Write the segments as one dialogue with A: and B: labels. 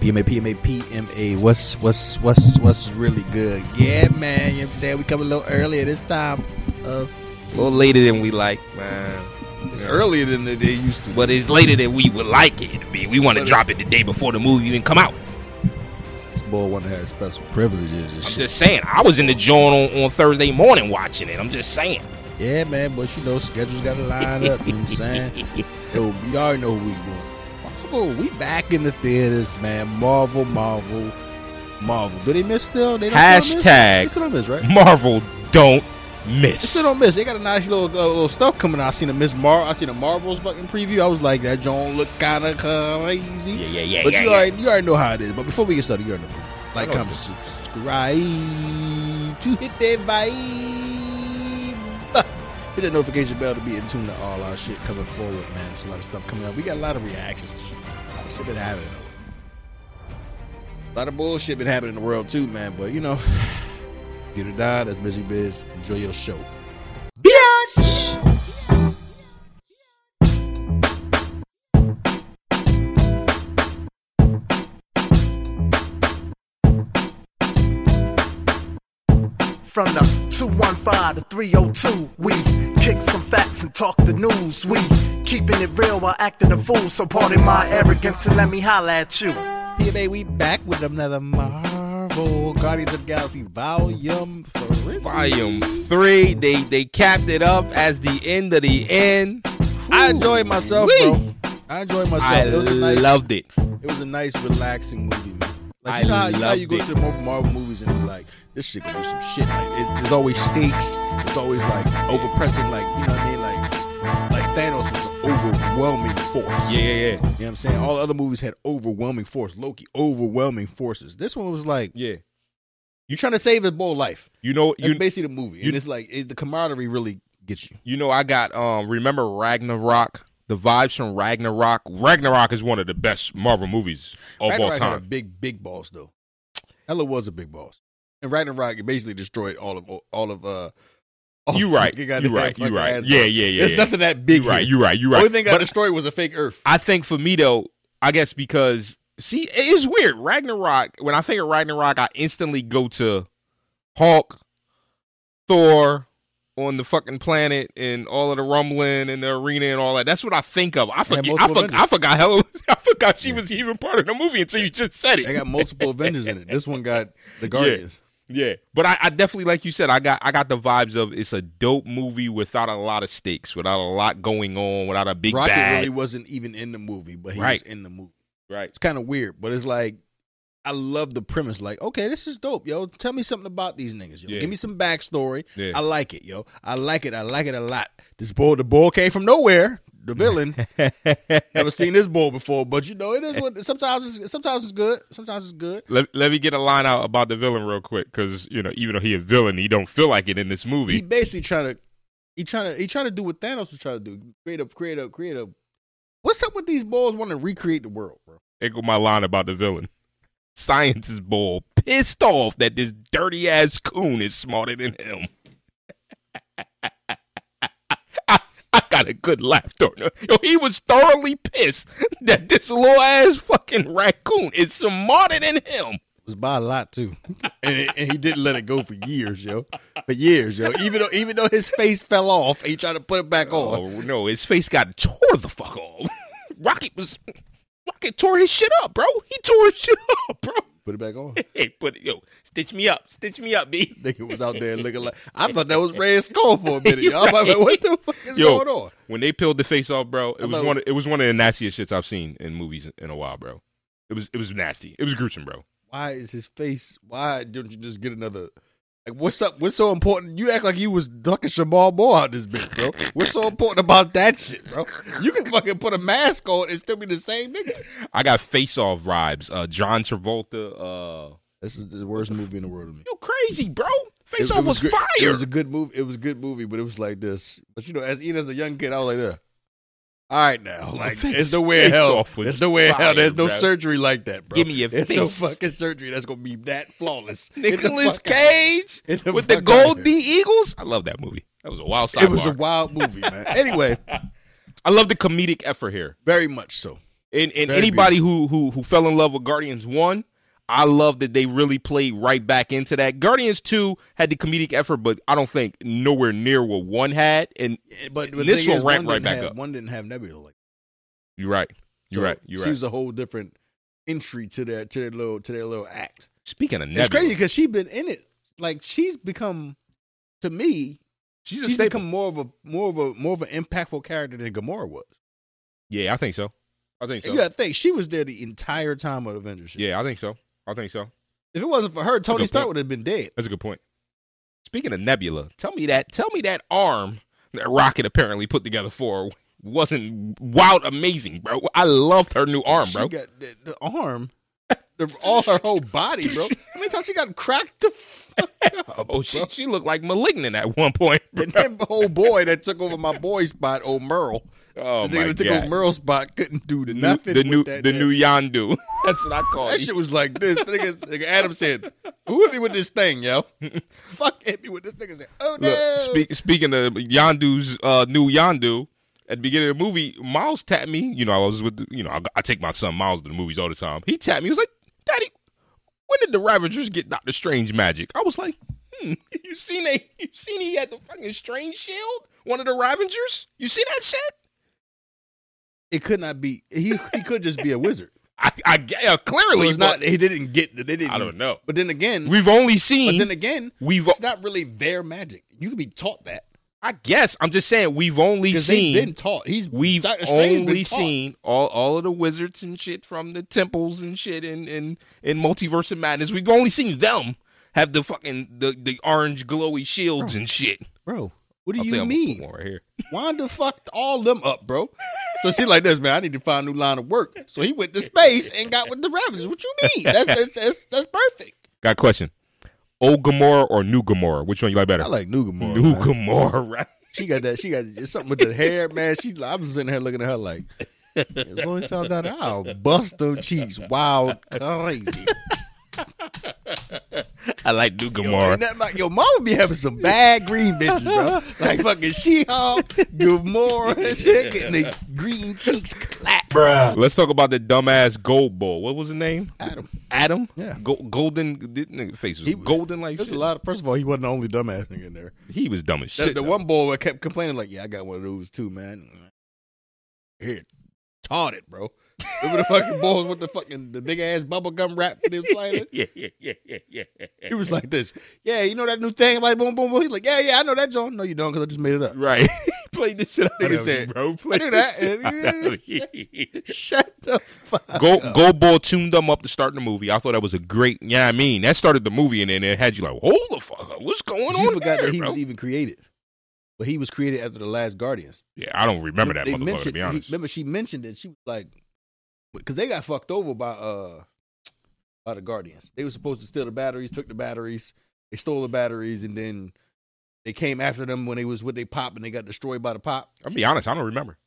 A: PMA, PMA, PMA. What's what's what's what's really good? Yeah, man. You know what I'm saying? We come a little earlier this time. Us.
B: A little later than we like, man.
C: It's earlier than they they used to.
B: But it's later than we would like it to be. We want to drop it the day before the movie even come out.
A: This boy wanna have special privileges and
B: I'm
A: shit.
B: just saying. I was in the joint on, on Thursday morning watching it. I'm just saying.
A: Yeah, man, but you know, schedules gotta line up, you know what I'm saying? Yo, you already know who we doing. Marvel, we back in the theaters, man. Marvel, Marvel, Marvel. Do they miss still? They don't still miss?
B: Hashtag.
A: They still don't miss, right?
B: Marvel don't
A: They
B: miss.
A: still don't miss. They got a nice little uh, little stuff coming out. I seen a Miss Mar. I seen a Marvels fucking preview. I was like, that Joan look kind of crazy.
B: Yeah, yeah, yeah.
A: but
B: yeah,
A: you
B: yeah.
A: already you already know how it is. But before we get started, you already know. Like,
B: I know
A: comment, subscribe to hit that vibe. Hit that notification bell to be in tune to all our shit coming forward, man. There's a lot of stuff coming up. We got a lot of reactions. To shit. A lot of shit been happening. A lot of bullshit been happening in the world too, man. But you know, get it done. That's busy biz. Enjoy your show.
D: From the 215 to 302, we kick some facts and talk the news. We keeping it real while acting a fool. So pardon my arrogance and let me holla at you.
A: Yeah, baby, we back with another Marvel Guardians of the Galaxy Volume 3.
B: Volume three. They they capped it up as the end of the end.
A: I enjoyed myself,
B: Wee.
A: bro. I enjoyed myself.
B: I
A: it was a nice,
B: loved it.
A: it. was a nice, relaxing movie, man. Like
B: I
A: you know, how, you know how you
B: loved
A: go to
B: it.
A: the Marvel, Marvel movies and it's like, this shit gonna do some shit. Like it, there's always stakes. It's always like overpressing. Like you know what I mean? Like like Thanos was an overwhelming force.
B: Yeah, yeah,
A: You know what I'm saying? All other movies had overwhelming force. Loki, overwhelming forces. This one was like,
B: yeah, yeah.
A: you're trying to save his boy life.
B: You know,
A: That's
B: you
A: basically the movie,
B: you-
A: and it's like it, the camaraderie really gets you.
B: you know, I got um. Remember Ragnarok? The vibes from Ragnarok. Ragnarok is one of the best Marvel movies of all
A: Ragnarok had a
B: time.
A: big, big boss though. Ella was a big boss, and Ragnarok basically destroyed all of all of. uh all
B: You
A: of
B: right.
A: fucking
B: You
A: goddamn
B: right. You
A: fucking
B: right.
A: ass
B: Yeah, yeah,
A: boss.
B: yeah.
A: There's
B: yeah.
A: nothing that big.
B: You right.
A: here.
B: You right. You right.
A: Only thing got
B: But
A: destroyed was a fake Earth.
B: I think for me though, I guess because see, it is weird. Ragnarok. When I think of Ragnarok, I instantly go to Hulk, Thor on the fucking planet, and all of the rumbling and the arena and all that. That's what I think of. I forget. I,
A: multiple
B: for,
A: Avengers.
B: I forgot. Hella. I forgot she
A: Yeah.
B: was even part of the movie until you just said it.
A: They got multiple Avengers in it. This one got the Guardians.
B: Yeah, but I, I definitely, like you said, I got I got the vibes of it's a dope movie without a lot of stakes, without a lot going on, without a big
A: Rocket
B: bad.
A: really wasn't even in the movie, but he was
B: Right.
A: in the movie.
B: right.
A: It's kind of weird, but it's like I love the premise. Like, okay, this is dope, yo. Tell me something about these niggas, yo.
B: Yeah.
A: Give me some backstory.
B: Yeah.
A: I like it, yo. I like it. I like it a lot. This bull, the bull came from nowhere. The villain. Never seen this bull before, but you know it is what. Sometimes it's sometimes it's good. Sometimes it's good.
B: let, let me get a line out about the villain real quick, because you know, even though he a villain, he don't feel like it in this
A: He
B: movie.
A: basically trying to he trying to he trying to do what Thanos was trying to do. Create up, create up, create up. What's up with these bulls want to recreate the world, bro?
B: There go my line about the villain. Science is bull pissed off that this dirty ass coon is smarter than him. I, I got a good laugh though. Yo, he was thoroughly pissed that this little ass fucking raccoon is smarter than him.
A: It was by a lot too, and, it, and he didn't let it go for years, yo. For years, yo. Even though even though his face fell off, he tried to put it back on.
B: Oh no, his face got tore the fuck off. Rocket was Rocket tore his shit up, bro. He tore his shit up, bro.
A: Put it back on.
B: Hey, put yo, stitch me up, stitch me up, b.
A: Nigga was out there looking like I thought that was Red Skull for a minute, y'all. I'm like, what the fuck is
B: Yo,
A: going on?
B: When they peeled the face off, bro, it
A: I'm
B: was
A: like-
B: one. Of, it was one of the nastiest shits I've seen in movies in a while, bro. It was it was nasty. It was gruesome, bro.
A: Why is his face? Why don't you just get another? Like, what's up? What's so important? You act like you was ducking Shamal Moore out this bitch, bro. What's so important about that shit, bro? You can fucking put a mask on and still be the same nigga.
B: I got face off vibes. Uh, John Travolta. Uh,
A: This is the worst movie in the world to me.
B: you crazy, bro?
A: It-
B: Face off
A: it
B: was,
A: good-
B: fire.
A: It was a good movie. It was a good movie, but it was like this. But you know, as even as a young kid, I was like, this. All right now, like
B: Face-
A: it's no way in
B: Face
A: hell.
B: Off was
A: It's no way in hell.
B: fire,
A: There's no
B: bro.
A: surgery like that, bro.
B: Give me your
A: There's no
B: face.
A: fucking surgery that's gonna be that flawless. Get the
B: Nicholas
A: fuck out.
B: Cage
A: Get the
B: with the
A: fuck outta
B: gold
A: here.
B: D Eagles. I love that movie. That was a wild sidebar.
A: It was a wild movie, man. Anyway,
B: I love the comedic effort here.
A: very much so.
B: And and
A: Very
B: anybody who who who fell in love with Guardians one, I love that they really played right back into that. Guardians two had the comedic effort, but I don't think nowhere near what one had. And
A: Yeah, But,
B: And
A: the
B: this
A: thing
B: will
A: is,
B: ramp
A: one
B: right
A: didn't
B: back
A: have-
B: up.
A: One didn't have Nebula. Like,
B: you're right. You're
A: so
B: right. You're
A: She
B: right.
A: was a whole different entry to their to their little to their little act.
B: Speaking of
A: It's crazy
B: Nebula,
A: because she's been in it. Like she's become, to me,
B: she's,
A: she's,
B: a staple.
A: become more of a more of a more of an impactful character than Gamora was.
B: yeah, I think so. I think so.
A: You gotta think she was there the entire time of Avengers. shit.
B: Yeah, I think so. I think so.
A: If it wasn't for her, Tony
B: good
A: Stark
B: point.
A: would have been dead.
B: That's a good point. Speaking of Nebula, tell me that tell me that arm that Rocket apparently put together for her wasn't wild amazing, bro. I loved her new arm, bro.
A: She got the, the arm, the, all her whole body, bro. How many times she got cracked the fuck up?
B: oh, she she looked like malignant at one point. bro.
A: And then the old boy that took over my boy spot, old Merle.
B: Oh
A: the
B: my
A: nigga that took over
B: god.
A: Merle's spot couldn't do
B: The new,
A: nothing.
B: the
A: with
B: new,
A: that
B: the
A: damn-
B: new Yondu. That's what I call
A: That
B: it.
A: shit was like this. nigga, nigga Adam said, "Who hit me with this thing, yo? Fuck hit me with this nigga." Said, "Oh no."
B: Look, speak, speaking of Yondu's uh, new Yondu, at the beginning of the movie, Miles tapped me. You know, I was with, the- you know, I, I take my son Miles to the movies all the time. He tapped me. He was like, "Daddy, when did the Ravagers get Doctor Strange magic?" I was like, "Hmm, you seen they? You seen he had the fucking Strange shield? One of the Ravagers? You see that shit?"
A: it could not be. He he could just be a wizard.
B: I, I gue- uh,
A: So
B: clearly,
A: it's not.
B: but
A: He didn't get. They didn't.
B: I don't know.
A: But then again,
B: We've only
A: but
B: seen.
A: then again,
B: we've.
A: it's not really their magic. You can be taught that
B: I guess I'm just saying we've only
A: because they've
B: seen.
A: been taught. He's
B: We've
A: Dr. Strange's been
B: only
A: taught.
B: seen all, all of the wizards and shit from the temples and shit in in in Multiverse of Madness. We've only seen them have the fucking the, the orange glowy shields and shit.
A: bro. What do
B: I think
A: you
B: I'm gonna put
A: mean?
B: one right here?
A: Wanda fucked all them up, bro. So she like this, man. I need to find a new line of work. So he went to space and got with the Ravagers. What you mean? That's that's that's, that's perfect.
B: Got a question? Old Gamora or New Gamora? Which one you like better?
A: I like New Gamora.
B: New
A: man.
B: Gamora, right?
A: She got that. She got it's something with the hair, man. She, I was sitting here looking at her like, as long as I'm down there, I'll bust them cheeks wild crazy.
B: I like New
A: Yo, ain't
B: Gamora.
A: nothing like, yo, mama be having some bad green bitches, bro. Like fucking She-Hulk, Gamora, and shit, getting the green cheeks clapped.
B: Let's talk about the dumbass Gold Bull. What was his name?
A: Adam.
B: Adam.
A: Yeah.
B: Go- golden. This nigga face was
A: He-
B: golden like
A: There's
B: shit.
A: a lot of, first of all, he wasn't the only dumbass nigga in there.
B: He was dumb as
A: The,
B: shit.
A: the
B: though.
A: one boy kept complaining, like, yeah, I got one of those too, man. Here, taught it, bro. Remember the fucking boys with the fucking the big ass bubble gum wrap for them sliding?
B: yeah, yeah, yeah, yeah, yeah.
A: He was like this. Yeah, you know that new thing like boom boom boom. He's like, yeah, yeah, I know that John. No, you don't, because I just made it up.
B: Right. Play this shit out
A: Nigga
B: of you,
A: said,
B: bro.
A: I
B: Play
A: knew
B: this
A: that.
B: shit out of you.
A: Shut the fuck.
B: Go,
A: up.
B: Go Bull tuned them up to start the movie. I thought that was a great, yeah, I mean, that started the movie and then it had you like, hold the fuck up, what's going
A: You
B: on
A: forgot
B: there,
A: that he
B: bro?
A: was e- even created, but he was created after the last Guardians.
B: yeah, I don't remember that
A: They
B: motherfucker, to
A: mentioned-
B: be
A: he-
B: honest.
A: remember, she mentioned that she was like, because they got fucked over by uh by the Guardians. They were supposed to steal the batteries, took the batteries, they stole the batteries, and then they came after them when they was with they pop and they got destroyed by the pop.
B: I'll be honest, I don't remember.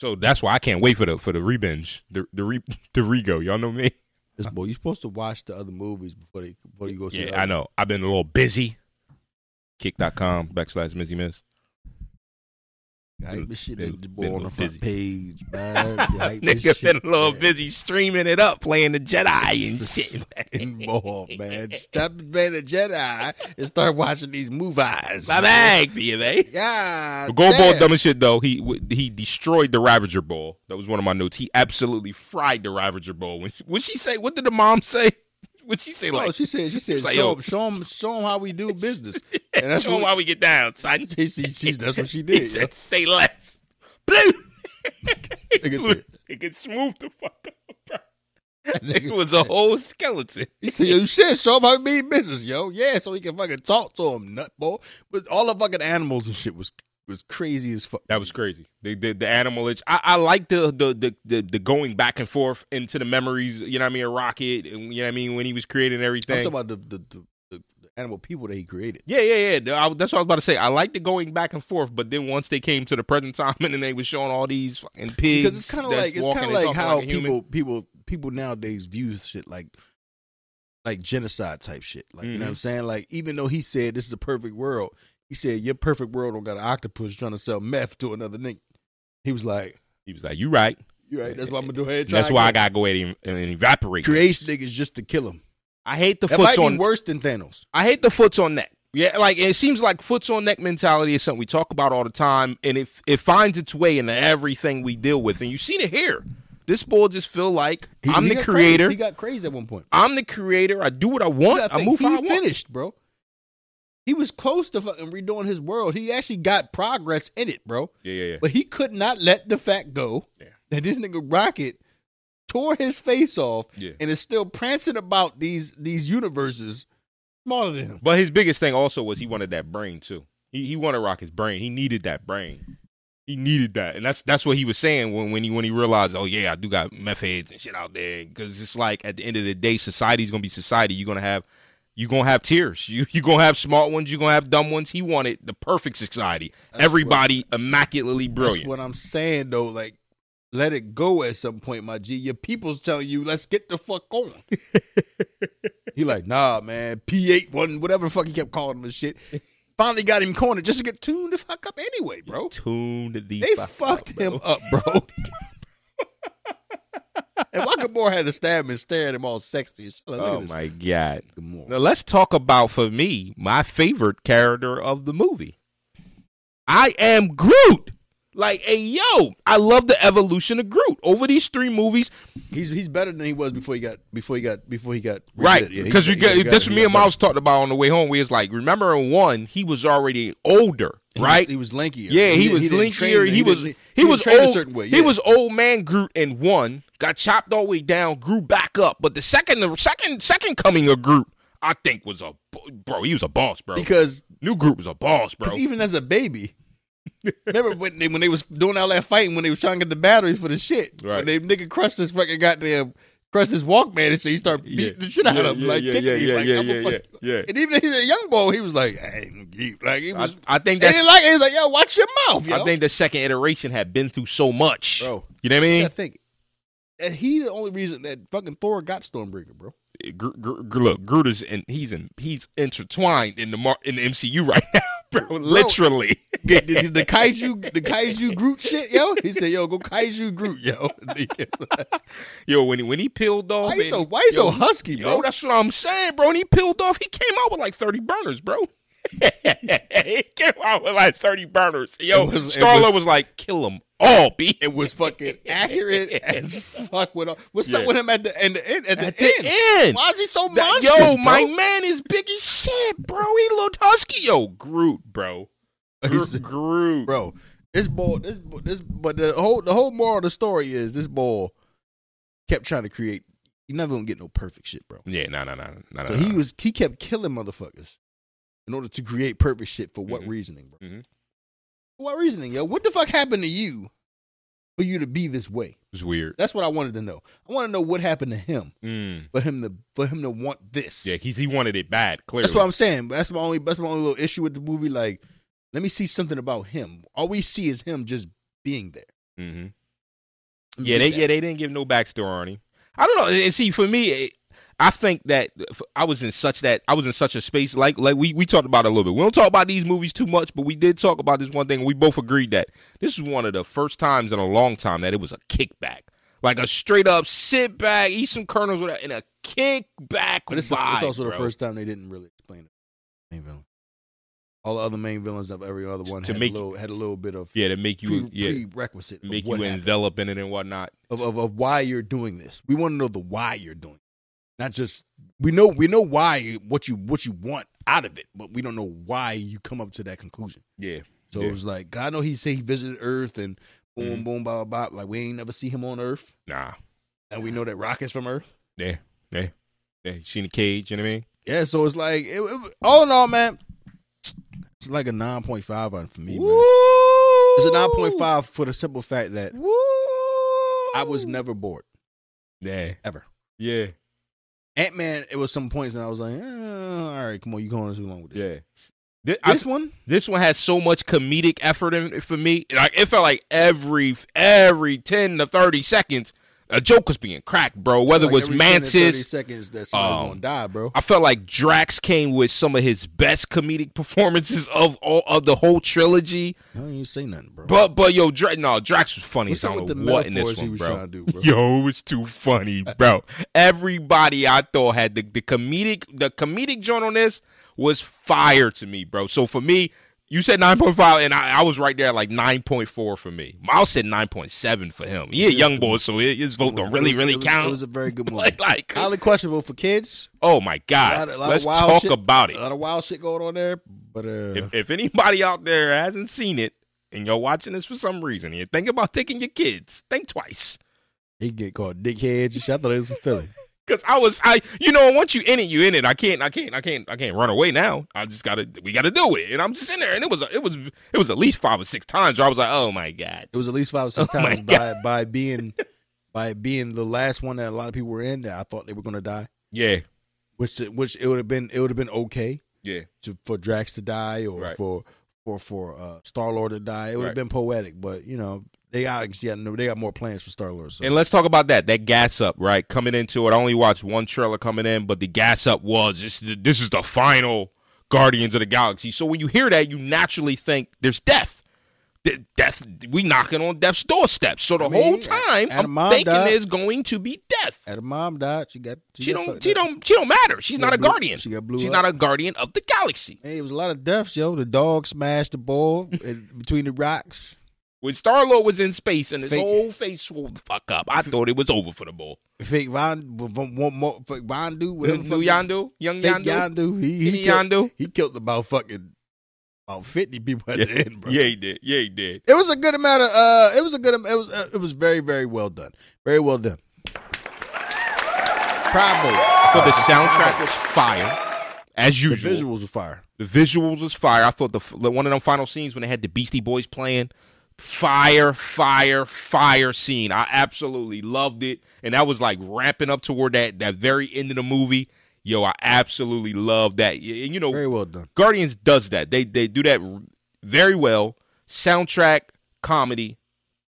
B: So that's why I can't wait for the for the revenge, the the re, the rego. Y'all know me.
A: This boy, you supposed to watch the other movies before they before you go see. the
B: Yeah,
A: other
B: I know. I've been a little busy. Kick.com backslash Mizzy Miz.
A: You hype this shit
B: Been-
A: ain't the
B: been
A: boy
B: a
A: on
B: little
A: the front
B: busy.
A: page, man. You hype this
B: Nigga
A: shit,
B: been a little
A: man.
B: busy streaming it up, playing the Jedi and shit.
A: Fucking more, man. Stop being a Jedi and start watching these movies.
B: My
A: man.
B: bag, eh? baby.
A: God.
B: The gold ball
A: damn.
B: dumb as shit though. He w- he destroyed the Ravager ball. That was one of my notes. He absolutely fried the Ravager ball. When she, what she say? What did the mom say? What she say?
A: No,
B: Like,
A: Oh, she said, she said,
B: like,
A: show,
B: yo.
A: him, show, him, show him how we do business. And that's
B: show 'em
A: what
B: how we get down, son.
A: she, she, she, that's what she
B: He
A: did. yo.
B: said, say less. Blue.
A: Nigga said-
B: It gets smooth the fuck up, bro. It
A: Nigga
B: was a
A: said-
B: whole skeleton.
A: He said, you said show him how we mean business, yo. Yeah, so he can fucking talk to him, nut boy. But all the fucking animals and shit was was crazy as fuck.
B: That was crazy. The the, the animal itch. I, I like the the, the the the going back and forth into the memories. You know what I mean? Of Rocket. And, you know what I mean? When he was creating everything.
A: I'm talking about the, the, the, the, the animal people that he created.
B: Yeah, yeah, yeah. I, that's what I was about to say. I like the going back and forth, but then once they came to the present time and then they were showing all these fucking pigs.
A: because it's kind of
B: that's
A: like it's
B: walking
A: kind of
B: and
A: like
B: talking
A: how
B: a human.
A: people people people nowadays view shit like like genocide type shit. Like you know what
B: Mm-hmm.
A: I'm saying? Like even though he said this is a perfect world, he said your perfect world don't got an octopus trying to sell meth to another nigga. He was like,
B: He was like, "You right?
A: You're right. That's why I'm gonna do ahead. and try
B: That's why I
A: again.
B: gotta go ahead and, and evaporate.
A: creates niggas just to kill them.
B: I hate the
A: That
B: foots
A: might
B: on.
A: be worse than Thanos.
B: I hate the foots on neck. Yeah, like it seems like foots on neck mentality is something we talk about all the time, and it it finds its way into everything we deal with. And you've seen it here. This boy just feel like
A: He-
B: I'm
A: he
B: the
A: got
B: creator.
A: crazy. He got crazy at one point.
B: I'm the creator. I do what I
A: You
B: want.
A: gotta
B: I
A: think,
B: move
A: he
B: how I want.
A: finished, bro. He was close to fucking redoing his world. He actually got progress in it, bro.
B: Yeah, yeah, yeah.
A: But he could not let the fact go that this nigga Rocket tore his face off
B: Yeah.
A: and is still prancing about these these universes smaller than him.
B: But his biggest thing also was he wanted that brain too. He he wanted Rocket's brain. He needed that brain. He needed that, and that's that's what he was saying when when he when he realized, oh yeah, I do got meth heads and shit out there. Because it's like at the end of the day, society's gonna be society. You're gonna have you gonna have tears. You you gonna have smart ones. You are gonna have dumb ones. He wanted the perfect society.
A: That's
B: Everybody immaculately
A: That's
B: brilliant.
A: what I'm saying though. Like, let it go at some point, my G. Your people's telling you, let's get the fuck on. he like, nah, man. P eight one, whatever the fuck he kept calling him and shit. Finally got him cornered just to get tuned the fuck up anyway, bro.
B: Tuned the
A: They
B: fuck
A: fucked
B: up, bro.
A: him up, bro. and Michael Moore had to stab him and stare at him all sexy. and shit. Like, look
B: Oh
A: at this
B: my god.
A: Michael Moore.
B: Now let's talk about for me my favorite character of the movie. I am Groot. Like, hey yo, I love the evolution of Groot over these three movies.
A: He's he's better than he was before he got before he got before he got
B: Right,
A: Yeah, he-
B: because
A: he
B: you get
A: got-
B: that's
A: he
B: what me
A: got
B: and
A: better.
B: Miles talked about on the way home. We was like, remember in one he was already older,
A: He was-
B: right?
A: He was lankier.
B: Yeah, he,
A: didn't-
B: was
A: didn't train
B: linkier.
A: that-
B: He was
A: didn't-
B: he was
A: trained
B: old.
A: a certain way.
B: He
A: yeah.
B: was old man Groot in one. Got chopped all the way down. Grew back up. But the second the second second coming of Groot, I think was a b- bro. He was a boss, bro.
A: because
B: New Groot was a boss, bro.
A: because even as a baby. Remember when they when they was doing all that fighting when they was trying to get the batteries for the shit.
B: Right.
A: When they nigga crushed his fucking goddamn crushed his Walkman and shit. He started beating the shit out of him, like kicking him, like I'm a fuck-
B: yeah.
A: And even he's a young boy, he was like, hey, you- like he
B: I,
A: was.
B: I think
A: and he
B: that's.
A: like he's like, yo, watch your mouth, yo.
B: I think the second iteration had been through so much.
A: Bro.
B: You know what I
A: Yeah,
B: mean?
A: I think. And he the only reason that fucking Thor got Stormbreaker, bro.
B: Gro- Gro- Gro- look, Groot is in, he's in, he's intertwined in the mar- in the MCU right now, bro. Literally.
A: The, the, the kaiju, the kaiju Groot shit, yo. He said, "Yo, go kaiju Groot, yo."
B: Yo, when he, when he peeled off,
A: why you
B: and-
A: so why you so
B: yo,
A: husky,
B: Yo,
A: bro?
B: that's what I'm saying, bro. And he peeled off. He came out with like 30 burners, bro. he came out with like 30 burners. Yo,
A: It was- it
B: Starler was,
A: was-
B: like, kill them all, B.
A: It was fucking accurate as fuck. With all, what's
B: Yeah.
A: up with him at the end? At the,
B: At
A: at
B: the
A: the end.
B: end.
A: Why is he so
B: That-
A: monstrous?
B: yo,
A: bro?
B: my man is big as shit, bro. He looked husky. Yo, Groot, bro. Gro- Groot.
A: bro. This ball, this bo- this, but the whole the whole moral of the story is this ball kept trying to create. You're never gonna get no perfect shit, bro.
B: Yeah, no, no, no, no, no.
A: So
B: no.
A: he was he kept killing motherfuckers in order to create perfect shit for what
B: Mhm.
A: reasoning, bro?
B: Mhm.
A: What reasoning, yo? What the fuck happened to you for you to be this way?
B: It was weird.
A: That's what I wanted to know. I want to know what happened to him
B: Mm.
A: for him to for him to want this.
B: Yeah, he's, he wanted it bad, clearly.
A: that's what I'm saying. But That's my only that's my only little issue with the movie. Like, let me see something about him. All we see is him just being there.
B: hmm
A: Let me
B: Yeah,
A: get
B: they
A: that.
B: yeah they didn't give no backstory on him. I don't know. And see, for me, it- I think that f- I was in such that I was in such a space like like we we talked about it a little bit. We don't talk about these movies too much, but we did talk about this one thing. We both agreed that this is one of the first times in a long time that it was a kickback, like a straight up sit back, eat some kernels with a, and a kickback.
A: But it's,
B: vibe,
A: it's also the
B: bro.
A: first time they didn't really explain it. Main villain. All the other main villains of every other one
B: To
A: had,
B: make-
A: a little, had a little bit of
B: yeah to make you
A: pre-
B: yeah
A: prerequisite of,
B: make
A: what
B: you
A: happened,
B: envelop in it and whatnot.
A: of, of of why you're doing this. We want to know the why you're doing, it. not just we know we know why what you what you want out of it, but we don't know why you come up to that conclusion.
B: Yeah,
A: So
B: Yeah.
A: it was like God know he said he visited Earth and boom
B: Mhm.
A: boom blah blah blah. Like we ain't never see him on Earth,
B: nah,
A: and we know that Rocket's from Earth.
B: yeah, yeah, yeah. You seen the cage? You know what I mean?
A: Yeah, so it's like it, it- all in all, man, it's like a nine point five on for me, man. It's a nine point five for the simple fact that
B: Woo!
A: I was never bored
B: Yeah.
A: ever.
B: Yeah.
A: Ant Man, it was some points, and I was like, eh, all right, come on, you going too long with this.
B: Yeah. This,
A: This one,
B: this one has so much comedic effort in it for me. Like it felt like every every ten to thirty seconds, a joke was being cracked, bro. Whether
A: Like
B: it was
A: every 10 and 30
B: Mantis,
A: seconds that somebody's
B: um,
A: gonna die, bro.
B: I felt like Drax came with some of his best comedic performances of all of the whole trilogy.
A: I don't even say nothing, bro.
B: But but yo, Dra- no, Drax was funny.
A: What's
B: so
A: up
B: I
A: with the
B: don't know what in this
A: metaphors he
B: one,
A: was
B: bro.
A: trying to do, bro?
B: Yo, it was too funny, bro. Everybody I thought had the, the comedic the comedic joint on this was fire to me, bro. So for me, you said nine point five, and I, I was right there like nine point four for me. Miles said nine point seven for him. He a young boy, so his his vote don't really
A: It was-
B: really
A: it was-
B: count.
A: It was a very good movie.
B: Like- like-
A: highly questionable for kids.
B: oh my
A: A
B: god,
A: lot, a lot
B: let's
A: of wild
B: talk
A: shit-
B: about it.
A: A lot of wild shit going on there, but uh,
B: if, if anybody out there hasn't seen it and you're watching this for some reason, you think about taking your kids. Think twice.
A: he get called dickheads. and shit. I thought it was in Philly.
B: Cause I was I you know once you in it you in it I can't I can't I can't I can't run away now I just gotta we gotta do it and I'm just in there and it was a, it was it was at least five or six times where I was like oh my god
A: It was at least five or six
B: Oh my
A: times by by being by being the last one that a lot of people were in that I thought they were gonna die.
B: yeah
A: Which which it would have been it would have been okay
B: yeah
A: to, for Drax to die or
B: Right.
A: for for for uh, Star Lord to die. It would have
B: Right.
A: been poetic, but you know they obviously got no- they got more plans for Star Lord. So
B: and let's talk about that that gas up right coming into it I only watched one trailer coming in but the gas up was this is the, this is the final Guardians of the Galaxy so when you hear that you naturally think there's death De- death we knocking on death's doorstep so the
A: I mean,
B: whole time I'm
A: Adamant
B: thinking
A: died.
B: there's going to be death
A: at her mom died, she got
B: She
A: got
B: don't.
A: fucked
B: She
A: up.
B: don't. She don't matter. She's
A: She
B: not
A: got
B: a
A: blew-
B: guardian.
A: she got blew
B: She's
A: up.
B: not a guardian of the galaxy.
A: Hey, it was a lot of deaths, yo. The dog smashed the ball in, between the rocks.
B: When Star Lord was in space and his
A: Fake-
B: whole face swelled the fuck up, I thought it was over for the bull.
A: Fake Von, Von, Von, Von, fake Vondu, whatever. the fuck
B: New
A: his-
B: Yandu, young
A: Fake
B: Yandu,
A: Yondu. He,
B: Skinny
A: he, killed,
B: Yandu.
A: he killed about fucking about fifty people at
B: Yeah.
A: the end, bro.
B: yeah, he did. Yeah, he did.
A: It was a good amount of. Uh, it was a good. am- It was. Uh, it was very, very well done. Very well done. Probably
B: But the soundtrack was fire, as
A: the
B: usual.
A: visuals were fire.
B: The visuals was fire. I thought the f- one of them final scenes when they had the Beastie Boys playing, fire, fire, fire scene. I absolutely loved it, and that was like ramping up toward that that very end of the movie. Yo, I absolutely love that. Y- And you know,
A: Very well done.
B: Guardians does that. They they do that r- very well. Soundtrack, comedy,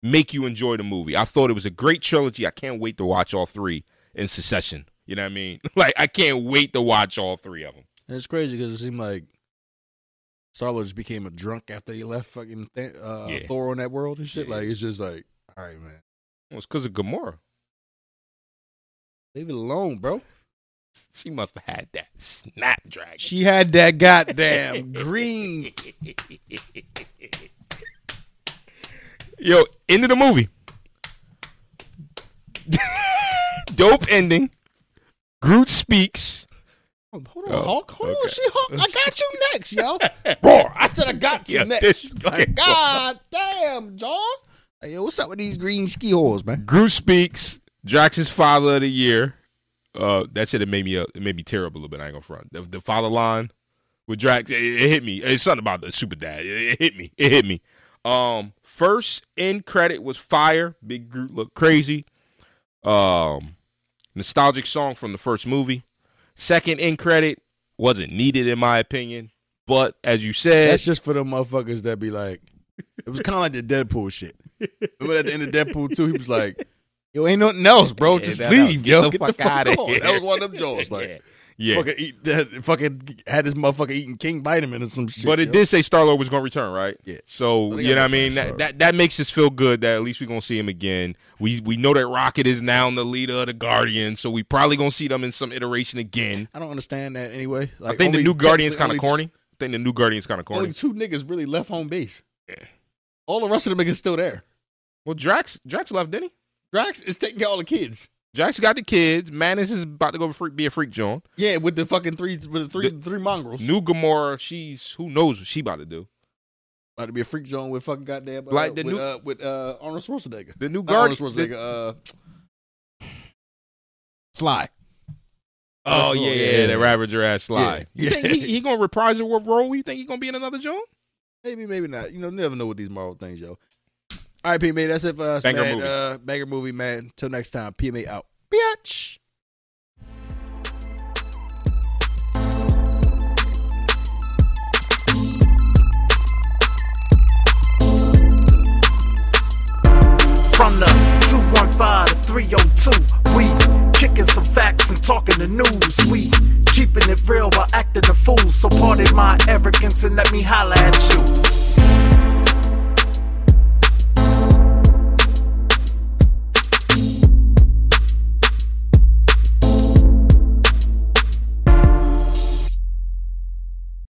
B: make you enjoy the movie. I thought it was a great trilogy. I can't wait to watch all three in succession. You know what I mean? Like I can't wait to watch all three of them.
A: And it's crazy because it seemed like Star Lord just became a drunk after he left fucking th- uh,
B: Yeah.
A: Thor in that world and shit.
B: Yeah.
A: Like it's just like, all right, man,
B: Well, it's because of Gamora.
A: leave it alone, bro.
B: She must have had that snapdragon.
A: She had that goddamn green.
B: Yo, end of the movie. Dope ending. Groot speaks.
A: Hold on,
B: Oh,
A: Hulk. Hold on,
B: okay.
A: she Hulk. I got you next, yo.
B: Roar.
A: I said I got you
B: Yeah, this-
A: next. Like, God damn, John. Hey, yo, what's up with these green ski holes, man?
B: Groot speaks. Drax's father of the year. Uh, that shit it made me uh, it made me tear up a little bit. I ain't gonna front. The, the father line with Drax, it, it hit me. It's something about the super dad. It, it hit me. It hit me. Um, first end credit was fire. Big Groot looked crazy. Um, nostalgic song from the first movie. Second end credit wasn't needed in my opinion, but as you said,
A: That's just for the motherfuckers that be like, it was kind of like the Deadpool shit. Remember at the end of Deadpool too, he was like, "Yo, ain't nothing else, bro.
B: Yeah,
A: Just
B: that-
A: leave,
B: get
A: yo.
B: the fuck outta
A: on."
B: here.
A: That was one of them jokes, like.
B: yeah.
A: Fucking eat that. Fucking had this motherfucker eating King Vitamin or some shit.
B: But it
A: yo.
B: did say Star Lord was going to return, right?
A: Yeah.
B: So
A: But they
B: you know what I
A: got
B: mean.
A: Star-Lord.
B: That, that that makes us feel good that at least we're gonna see him again. We we know that Rocket is now the leader of the Guardians, so we probably gonna see them in some iteration again.
A: I don't understand that anyway. Like,
B: I think the
A: only
B: new Guardians kind
A: technically
B: of
A: only
B: corny. I think the new Guardians kind of corny.
A: Only two niggas really left home base. All the rest of the niggas still there.
B: well, Drax Drax left, didn't he?
A: Drax is taking care of all the kids.
B: Drax got the kids. Manus is about to go freak, be a freak, John.
A: Yeah, with the fucking three, with the three, three mongrels.
B: New Gamora, she's who knows what she about to do.
A: About to be a freak zone with fucking goddamn uh,
B: Like the
A: with,
B: new-
A: uh, with uh, Arnold Schwarzenegger.
B: The new
A: Not Arnold
B: Guardians.
A: Schwarzenegger. Uh, Sly.
B: Oh yeah, yeah, yeah,
A: Yeah.
B: the Ravager ass Sly.
A: Yeah.
B: You think he, he gonna reprise a role? You think he gonna be in another John?
A: Maybe, maybe not. You know, never know with these Marvel things, yo. All right, PMA, that's it for us,
B: Banger
A: man.
B: movie.
A: Uh, banger movie, man. Till next time, PMA out. Bitch.
D: From the 215 to 302, news. We keeping it real while acting a fool. So pardon my arrogance and let me holla at you.